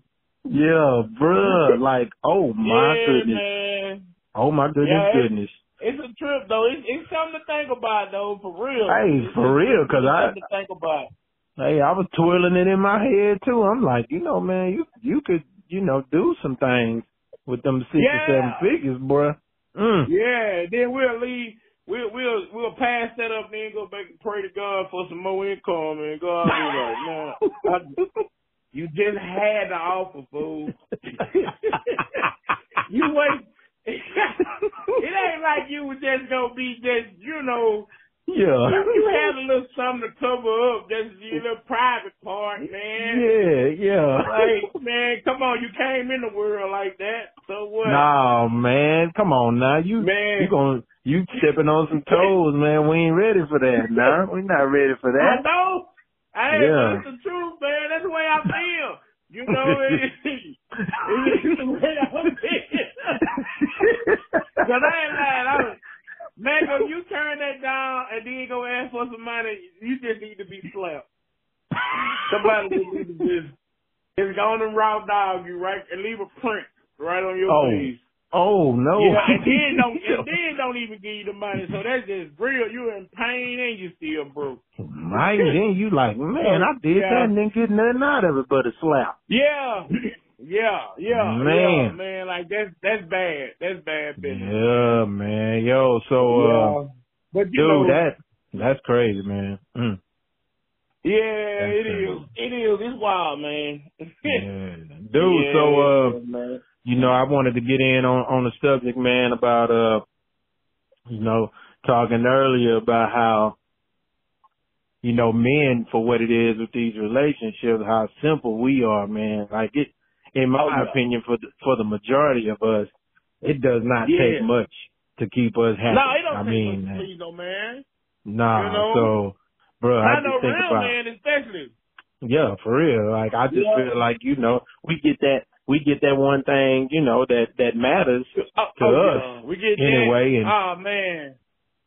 A: yeah, bruh. Like, oh my
B: yeah,
A: goodness.
B: man.
A: Oh my goodness,
B: Yeah, it-
A: goodness.
B: It's a trip though. It's, it's something to think about though, for real.
A: Hey,
B: It's-
A: for
B: it's-
A: real, 'cause
B: it's
A: I-
B: something to think about.
A: Hey, I was twirling it in my head too. I'm like, you know, man, you you could, you know, do some things with them six
B: Yeah.
A: or seven figures, bruh. Mm.
B: Yeah, then we'll leave. We'll we'll we'll pass that up, then go back and pray to God for some more income, and God be like, man, I, you just had the offer, fool. you wait. it ain't like you was just gonna be just you know
A: yeah.
B: you, you had a little something to cover up. That's your little private part, man.
A: Yeah, yeah.
B: Like man, come on, you came in the world like that. So what,
A: nah, man, come on now. You
B: man?
A: you going you stepping on some toes, man. We ain't ready for that. Nah, we not ready for
B: I
A: that.
B: know. Hey,
A: Yeah.
B: that's the truth, man. That's the way I feel. You know, it- it's the way I feel. Cause I ain't lying. I was, man, if you turn that down and then go ask for some money, you just need to be slapped. Somebody just need to just just go on and raw dog you right and leave a print right on your
A: Oh.
B: face.
A: Oh no.
B: Yeah, and then don't and then don't even give you the money. So that's just real. You're in pain and you still broke.
A: Right then, you like, man, I did
B: Yeah.
A: that and didn't get nothing out of it but a slap.
B: Yeah, yeah, yeah,
A: Man.
B: yeah, man. Like that's that's bad. That's bad business.
A: Yeah, man, yo, so uh,
B: yeah, but you
A: dude,
B: know,
A: that that's crazy, man. Mm.
B: yeah,
A: That's
B: it
A: crazy.
B: is. It is. It's wild, man.
A: Yeah. Dude,
B: Yeah,
A: so uh,
B: man.
A: you know, I wanted to get in on on the subject, man, about uh, you know, talking earlier about how, you know, men for what it is with these relationships, how simple we are, man. Like it, in my
B: Oh, yeah.
A: opinion, for the, for the majority of us, it does not
B: Yeah.
A: take much to keep us happy.
B: no, it don't
A: I
B: take
A: mean,
B: much to please no man.
A: nah.
B: you know?
A: So, bro, I
B: Not no
A: just think
B: real
A: about
B: man, especially.
A: Yeah, for real. Like I just
B: Yeah.
A: feel like you know we get that we get that one thing you know that that matters
B: Oh,
A: To
B: oh,
A: us,
B: yeah. we get that.
A: anyway. And
B: Oh man,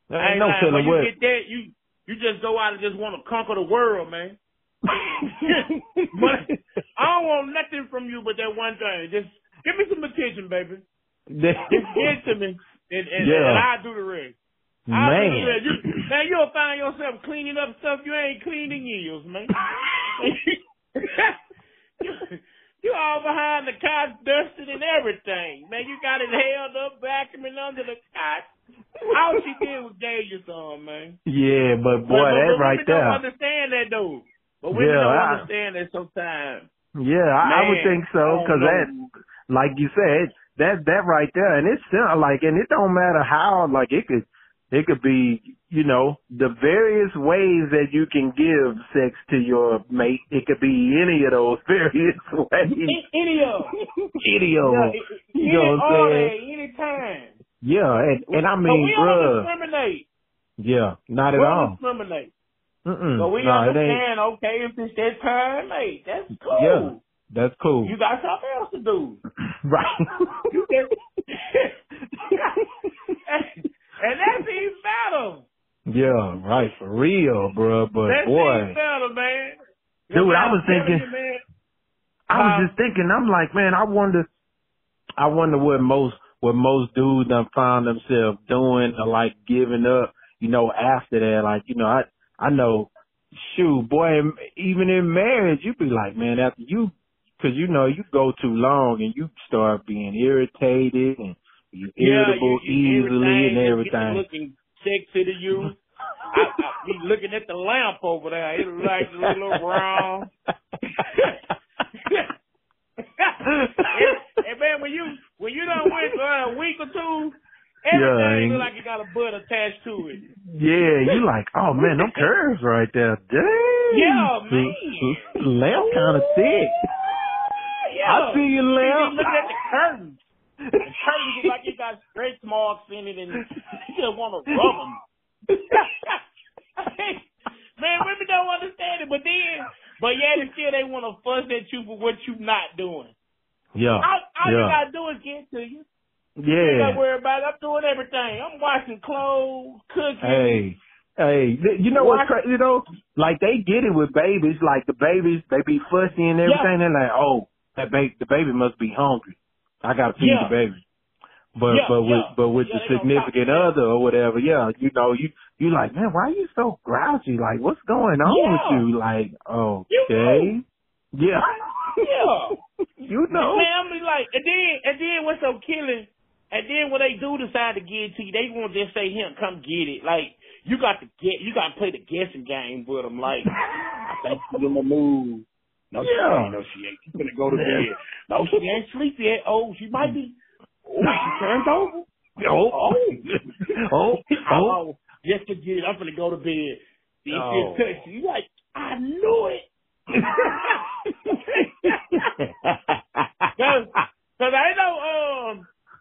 A: there
B: I ain't
A: ain't no
B: lying.
A: telling
B: when
A: what.
B: you get that, you you just go out and just want to conquer the world, man. Money. I don't want nothing from you but that one thing. Just give me some attention, baby. Just
A: That-
B: get to me, and and,
A: Yeah.
B: and I'll do the rest. I'll do the
A: man,
B: rest. You, man, you'll find yourself cleaning up stuff you ain't cleaned in years, man. you, you all behind the couch, dusted and everything, man. You got it held up, vacuuming under the couch. All she did was gave you some, man.
A: yeah, but boy,
B: but,
A: that
B: but
A: right
B: women
A: there.
B: don't understand that, though. But women
A: Yeah,
B: don't
A: I-
B: understand that sometimes.
A: Yeah, I, I would
B: Man, oh,
A: think so
B: I don't
A: because
B: know.
A: that, like you said, that that right there, and it's still like, and it don't matter how, like it could, it could be, you know, the various ways that you can give sex to your mate. It could be any of those various ways.
B: A- Any of them.
A: Any of
B: Yeah,
A: them.
B: it- it-
A: You
B: any
A: know what I'm
B: all
A: saying?
B: day, any time.
A: Yeah, and, and I
B: But
A: mean,
B: we don't
A: bruh,
B: discriminate.
A: yeah, not
B: We
A: at
B: don't
A: all.
B: discriminate.
A: Mm-mm.
B: But we
A: No, it ain't.
B: understand, okay, if it's that time, hey, that's cool.
A: Yeah. That's cool,
B: You got something else to do. You
A: right?
B: can And that's even better.
A: yeah, right, for real, bruh. But
B: that's
A: boy.
B: even better, man.
A: Dude, I was
B: I'm telling
A: thinking-
B: you, man,
A: I was
B: Um,
A: just thinking, I'm like, man, I wonder, I wonder what most, what most dudes done found themselves doing or like giving up, you know, after that. Like, you know, I, I know, shoot, boy, em- even in marriage, you be like, man, after you, cause you know, you go too long and you start being irritated and you irritable
B: yeah, you, you,
A: easily and
B: everything,
A: everything.
B: just Looking sexy to you. I, I be looking at the lamp over there. It was like a little round. and man, when you when you done went for a week or two,
A: Yeah,
B: everything look like it got a butt attached to it.
A: Yeah, you like, oh man, them curves right there. Dang.
B: Yeah, man.
A: Lamp kind of thick.
B: Yeah.
A: I see you,
B: You
A: Lamp.
B: looking at the curtains. The curtains look like it got stretch marks in it, and you just want to rub them. man, women don't understand it, but then, but yet and still they want to fuss at you for what you not doing.
A: Yeah.
B: All, all you
A: Uh, Yeah.
B: gotta do is get to you. You
A: Yeah.
B: don't worry about it. I'm doing everything. I'm washing clothes,
A: Hey.
B: cooking.
A: Hey, th- you know what's
B: Why-
A: crazy though? Like they get it with babies. Like the babies, they be fussy and everything. They're like, oh, that ba- the baby must be hungry. I gotta feed the
B: Yeah.
A: baby. But
B: Yeah,
A: but with
B: yeah.
A: but with the
B: Yeah, they gonna talk
A: significant
B: shit.
A: other or whatever, yeah, you know, you you like, man, why are you so grouchy? Like, what's going on
B: Yeah.
A: with you? Like,
B: You
A: okay, yeah,
B: Yeah.
A: you know,
B: Man, I'm be like, and then and then what's so killing? And then when they do decide to get it to you, they gonna just say, "Him, come get it." Like you got to get, you got to play the guessing game with them. Like, I think she's in the mood. No,
A: Yeah.
B: she ain't. No, she ain't. She's gonna go to bed. No, she ain't sleepy yet. Oh, she might be. Oh, she turned over.
A: oh, oh, oh,
B: Oh, just to get it, I'm gonna go to bed. See, if
A: Oh.
B: oh. You like, I knew it. Cause I know, um,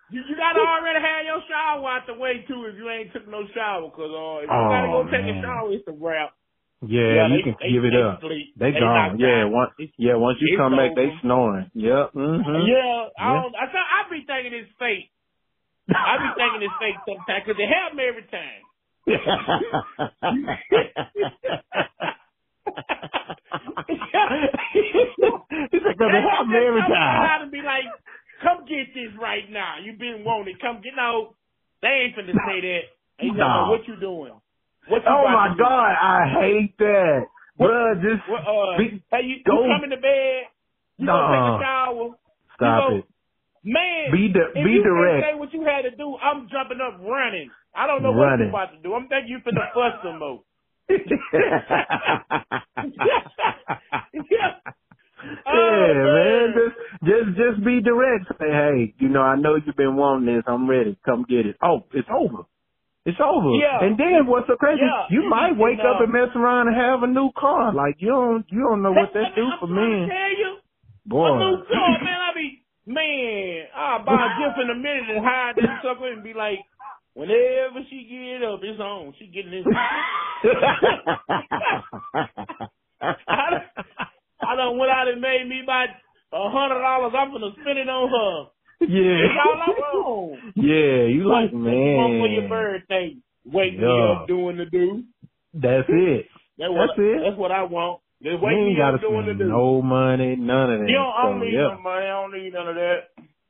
B: you, you gotta already have your shower out the way too if you ain't took no shower. Cause uh, if you gotta go
A: Oh,
B: take a
A: man.
B: shower, it's a wrap.
A: yeah, you
B: they,
A: can
B: they,
A: give it
B: they
A: up.
B: Sleep.
A: They gone.
B: knocked
A: Yeah,
B: out.
A: once
B: It's-
A: yeah, once you
B: It's
A: come back, they
B: over.
A: snoring. Yeah. Mm-hmm.
B: Yeah, I
A: Yeah.
B: don't. I, th- I be thinking it's fake. I be thinking it's fake sometimes because it happen every time.
A: He's like, "Does it happen every time?"
B: to be like, come get this right now. You've been wanting it. Come get no. They ain't finna say that. They talking about
A: No.
B: what you doing. What you
A: Oh
B: about
A: my
B: to do?
A: god, I hate that, Bruh, Just
B: What, uh,
A: Be-
B: hey, you,
A: go-
B: you coming to bed? You
A: Nuh-uh.
B: gonna take a shower?
A: stop
B: you
A: it.
B: go, man.
A: Be di-
B: if
A: be
B: you
A: direct.
B: Can't say what you had to do. I'm jumping up running. I don't know
A: Running.
B: what you about to do. I'm thinking you finna fuss some more.
A: yeah,
B: Oh,
A: man,
B: man.
A: just just just be direct. Say, hey, you know, I know you've been wanting this. I'm ready. Come get it. Oh, it's over. It's over.
B: Yeah.
A: And then what's so crazy?
B: Yeah.
A: You
B: You
A: might
B: can,
A: wake up
B: uh,
A: and mess around and have a new car. Like you don't you don't know what that do
B: I'm
A: for
B: trying
A: men,
B: to tell you.
A: boy.
B: A new car, man. I be man. I'll buy a gift in a minute and hide this sucker and be like, whenever she get up, it's on. She getting this. I, made me about a hundred dollars. I'm gonna spend it on her. It's all
A: Yeah.
B: I want.
A: yeah, you like,
B: One for your
A: man.
B: birthday. Wake me
A: Yeah.
B: up doing the do.
A: That's it.
B: That's what
A: That's
B: I,
A: it.
B: That's what I want. Just
A: You
B: wake
A: ain't
B: me
A: gotta
B: up doing Hmm. the
A: spend
B: do.
A: no money, none of that.
B: you don't, I don't
A: so,
B: need
A: yeah.
B: no money. I don't need none of that.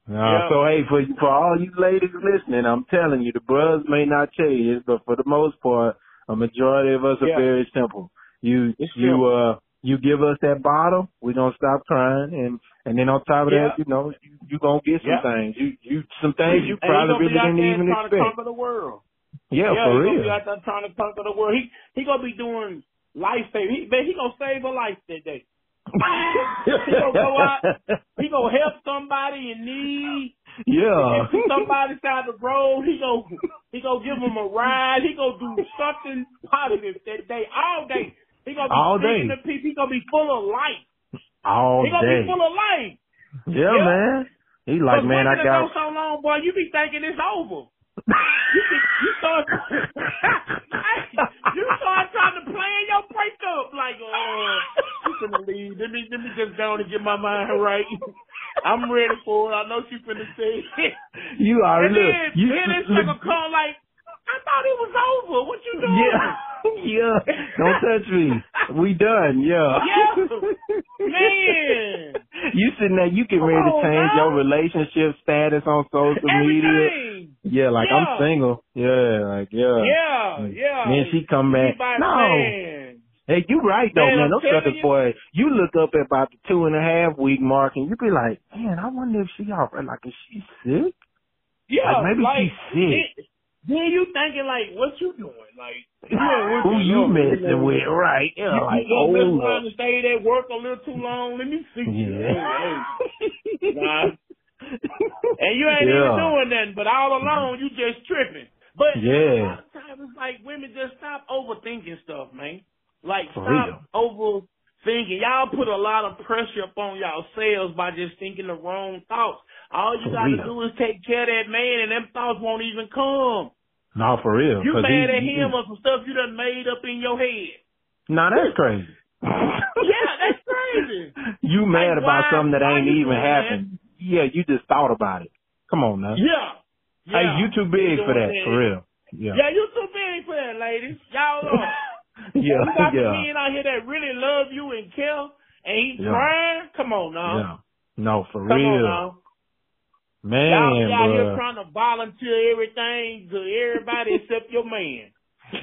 A: Nah,
B: Yeah.
A: So hey, for for all you ladies listening, I'm telling you, the bros may not tell you this, but for the most part, a majority of us are
B: Yeah.
A: very simple. You
B: It's
A: you
B: simple.
A: uh you give us that bottle, we're gonna stop crying, and and then on top of that, you know, you, you gonna get some
B: Yeah.
A: things. You you some things you
B: And he's gonna
A: probably
B: be
A: really
B: out
A: didn't
B: there
A: even
B: trying to
A: expect.
B: conquer the world.
A: Yeah, for
B: he's gonna
A: real.
B: be out there trying to conquer the world. He he gonna be doing life saving. He man, he gonna save a life that day. he gonna go out. He gonna help somebody in need.
A: yeah.
B: If somebody side the road, he gonna he gonna give him a ride. He gonna do something positive that day, all day. He gonna be
A: All
B: speaking
A: day.
B: to people. He gonna be full of life.
A: All
B: He gonna
A: day.
B: be full of life.
A: Yeah,
B: Yeah.
A: man. He like,
B: But
A: man, I
B: women that
A: got.
B: go so long, boy. You be thinking it's over. You, be, you start you start trying to plan your breakup like, oh, she's gonna leave. Let me let me just go on and get my mind right. I'm ready for it. I know she's finna say. it.
A: you are
B: and
A: look.
B: then
A: You
B: then this nigga call like, I thought it was over. What you doing?
A: yeah, yeah. Don't touch me. We done. Yeah.
B: Yeah. Man. Oh,
A: You sitting there, you getting ready to
B: Come on,
A: change
B: dog.
A: your relationship status on social media.
B: Everything.
A: Yeah, like
B: Yeah.
A: I'm single. Yeah, like yeah.
B: Yeah, yeah.
A: Then she come
B: She
A: back.
B: by
A: No,
B: man.
A: hey, you right though, man.
B: Man, I'm
A: Those
B: telling
A: suckers,
B: you.
A: boy. You look up at about the two and a half week mark, and you be like, man, I wonder if she alright. Like, is she sick?
B: Yeah,
A: Like, maybe
B: like,
A: she's sick.
B: Then, then you thinking like, what you doing? Like, you ain't
A: Who
B: working
A: you
B: enough.
A: messing with, right?
B: You,
A: Yeah,
B: you
A: like,
B: don't mess
A: oh,
B: around and stay at work a little too long. Let me see you.
A: yeah.
B: Hey, hey. Nah. And you ain't even
A: Yeah.
B: doing nothing, but all along you just tripping. But a
A: Yeah.
B: lot of times it's like women just stop overthinking stuff, man. Like
A: For
B: stop overthinking. Y'all put a lot of pressure upon yourselves by just thinking the wrong thoughts. All you
A: For
B: gotta
A: real.
B: do is take care of that man and them thoughts won't even come.
A: No, for real.
B: You
A: 'cause
B: mad
A: he-
B: at
A: he-
B: him or some stuff you done made up in your head.
A: No, that's crazy.
B: Yeah, that's crazy.
A: You mad
B: Like,
A: about
B: why-
A: something that
B: why
A: ain't
B: you
A: even
B: doing
A: happened. Yeah, you just thought about it. Come on now.
B: Yeah.
A: Uh, Hey,
B: yeah.
A: you too big
B: You
A: for that,
B: doing
A: for real. Yeah.
B: Yeah, you too big for that, ladies. Y'all are.
A: Yeah,
B: You got some
A: yeah.
B: men out here that really love you and care, and he
A: Yeah.
B: crying. Come on now.
A: Yeah. No, for
B: Um, Come on um,
A: real.
B: now.
A: Man,
B: Y'all, y'all here
A: bruh.
B: trying to volunteer everything to everybody except your man.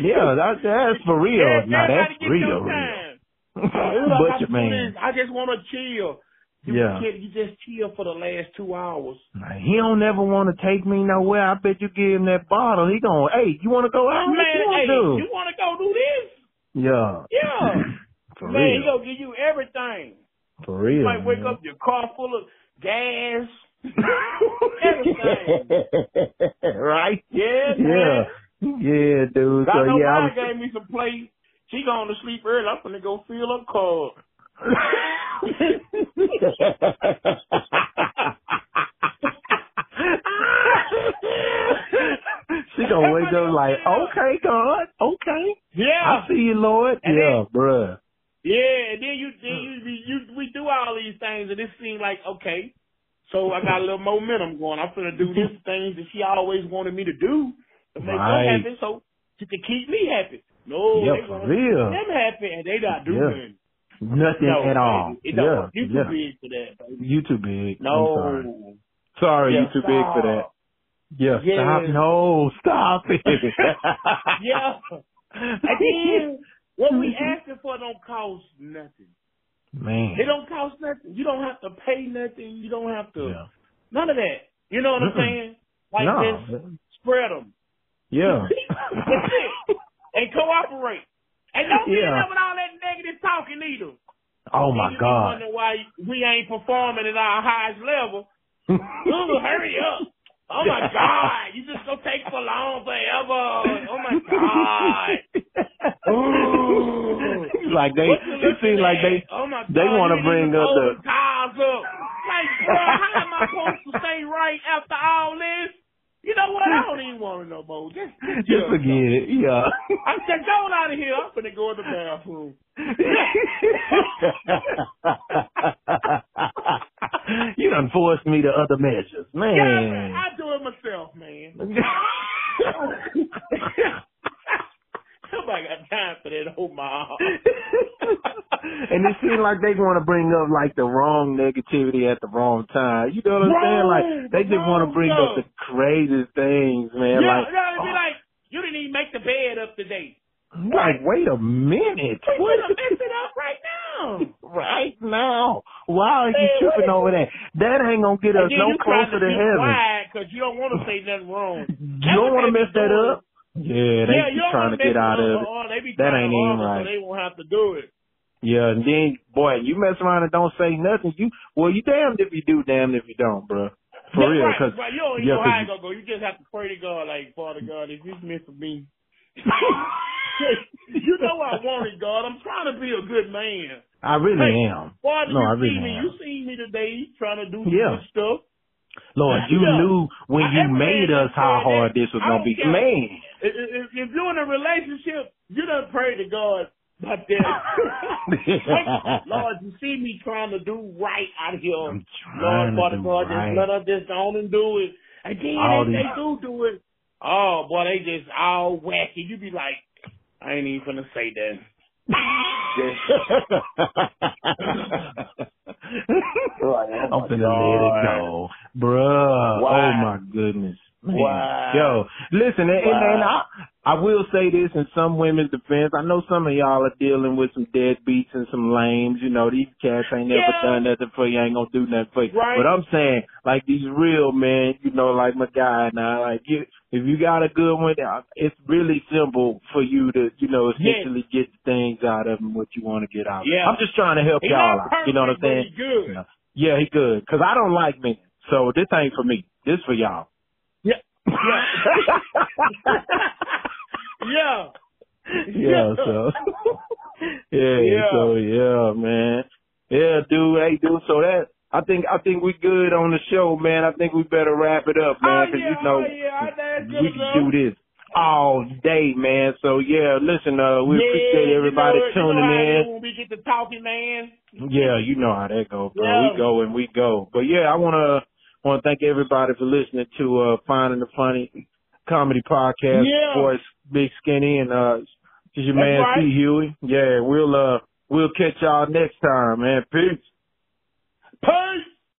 A: Yeah, that, that's for real.
B: Everybody
A: Now that's
B: get
A: real,
B: your
A: real.
B: time. Dude, I
A: but
B: got
A: your
B: to do
A: man.
B: this. I just want to chill. You
A: Yeah.
B: kid, you just chill for the last two hours.
A: Like, He don't ever want to take me nowhere. I bet you give him that bottle. He going, hey, you want to go out? What
B: Man,
A: you
B: hey,
A: want to
B: you want to go do this?
A: do? Yeah.
B: Yeah.
A: For
B: man, he
A: real.
B: gonna give you everything.
A: For real.
B: You might wake
A: man.
B: up your car full of gas. everything.
A: right?
B: Yeah,
A: Yeah.
B: man.
A: Yeah, dude.
B: I
A: So
B: know
A: yeah, I
B: mine
A: was
B: gave me some play. She going to sleep early. I'm gonna go fill up cold.
A: she gonna wake up like, okay, God, okay,
B: Yeah,
A: I see you, Lord.
B: And
A: yeah, bruh.
B: yeah. And then you, then you, you, you, we do all these things, and it seemed like okay. So I got a little momentum going. I'm gonna do these things that she always wanted me to do to make
A: Right.
B: her happy, so she could keep me happy. No,
A: yeah,
B: they
A: for
B: want
A: real.
B: them happy, and they not
A: Yeah.
B: doing.
A: Nothing
B: No,
A: at all.
B: baby, it don't
A: yeah,
B: work. You
A: yeah.
B: too big for that, baby.
A: You too big.
B: No.
A: I'm sorry. Sorry,
B: Yeah,
A: you too big for that.
B: stop.
A: Yeah,
B: Yeah.
A: stop. No, stop it.
B: Yeah. And then what we
A: Mm-hmm.
B: asking for don't cost nothing.
A: Man.
B: It don't cost nothing. You don't have to pay nothing. You don't have to
A: yeah.
B: none of that. You know what I'm
A: Mm-mm.
B: saying? Like
A: no.
B: just spread them
A: Yeah.
B: That's it. and cooperate. And don't be in
A: Yeah.
B: there with all that negative talking either.
A: oh my
B: And you be
A: God.
B: wondering why we ain't performing at our highest level. Ooh, hurry up. Oh my God. You just gonna take so long forever. Oh my God. Ooh.
A: like they,
B: What you
A: it seems
B: looking
A: like
B: at?
A: they,
B: Oh my
A: they
B: God,
A: wanna
B: you
A: bring
B: didn't even
A: up
B: hold
A: the-
B: tires up. Like, bro, how am I supposed to stay right after all this? You know what? I don't even want to know more. Just, just,
A: Just
B: chill.
A: forget it. Yeah.
B: I'm just going out of here. I'm gonna go in the bathroom.
A: you done forced me to other measures,
B: Yeah, man,
A: man.
B: I do it myself, man. Nobody got time for that. Oh my.
A: and it seems like they want to bring up like the wrong negativity at the wrong time. You know what I'm saying? Like they just want to bring up the craziest things, man.
B: yeah,
A: like, oh.
B: yeah, it'd be like you didn't even make the bed up today.
A: like, wait a minute.
B: We
A: What?
B: gonna mess it up right now.
A: right now. Why are you
B: Man, what
A: tripping
B: is-
A: over that? That ain't gonna get us
B: And then
A: no
B: you trying
A: closer to
B: be
A: heaven.
B: quiet because you don't want to say nothing wrong.
A: You don't want to mess that up. Yeah, they
B: yeah,
A: keep
B: you don't
A: trying
B: wanna
A: to get
B: mess
A: out
B: it
A: of
B: up,
A: it.
B: or They be
A: That
B: trying
A: ain't
B: to
A: even
B: argue,
A: right.
B: So they won't have to do it.
A: Yeah, and then boy, you mess around and don't say nothing. You well, you damned if you do, damned if you don't, bro. For
B: That's
A: real,
B: right,
A: 'cause-
B: right. you don't even
A: yeah,
B: know
A: 'cause
B: how
A: you-
B: it gonna go. You just have to pray to God, like Father God, if this meant for me, you know I want it, God. I'm trying to be a good man.
A: I really
B: Hey.
A: am.
B: Father,
A: No,
B: you
A: I
B: see
A: really
B: me.
A: am.
B: You see me today. You trying to do
A: Yeah.
B: some good stuff.
A: Lord, you
B: Yeah.
A: knew when
B: I-
A: you
B: every
A: made
B: man
A: us
B: that
A: how
B: said
A: hard
B: that,
A: this was
B: I
A: gonna
B: don't
A: be.
B: care.
A: Man,
B: If, if, if you're in a relationship, you don't pray to God about that. Like, Lord, you see me trying to do right out here.
A: I'm trying
B: Lord,
A: to
B: Father
A: do
B: God,
A: right.
B: just let us just on and do it. And then
A: All
B: they,
A: these-
B: they do do it. Oh boy, they just all wacky. You be like, I ain't even gonna say that.
A: I'm
B: my
A: finna let
B: God.
A: it go, bruh.
B: Wow.
A: Oh my goodness, man.
B: Wow.
A: Yo, listen, and, and, and I,
B: Wow.
A: I will say this in some women's defense. I know some of y'all are dealing with some deadbeats and some lames. You know, these cats ain't never
B: Yeah.
A: done nothing for you. Ain't gonna do nothing for you.
B: Right.
A: But I'm saying, like these real men, you know, like my guy and I, like you, if you got a good one, uh, it's really simple for you to, you know,
B: Yes.
A: essentially get the things out of them what you want to get out. of 'em.
B: Yeah.
A: I'm just trying to help
B: He
A: y'all
B: not
A: out.
B: perfect,
A: You know what I'm
B: but
A: saying?
B: he good.
A: Yeah. Yeah, he good. Cause I don't like men, so this ain't for me. This for y'all.
B: Yeah. yeah.
A: yeah, so yeah,
B: Yeah.
A: so yeah, man. Yeah, dude, hey, dude. So that I think I think we good on the show, man. I think we better wrap it up,
B: Oh
A: man, because
B: yeah,
A: you know
B: oh yeah, I- that's good
A: we
B: enough.
A: can do this all day, man. So yeah, listen, uh, we
B: Yeah,
A: appreciate
B: you
A: everybody
B: know it, you know
A: tuning
B: how it
A: in.
B: is When we get to talking, man.
A: Yeah, you know how that goes, bro.
B: Yeah.
A: We go and we go. But yeah, I wanna wanna thank everybody for listening to uh Finding the Funny Comedy Podcast.
B: Yeah.
A: Voice Big Skinny and uh this is your
B: That's
A: man
B: right.
A: C Huey. Yeah, we'll uh we'll catch y'all next time, man. Peace.
B: Peace.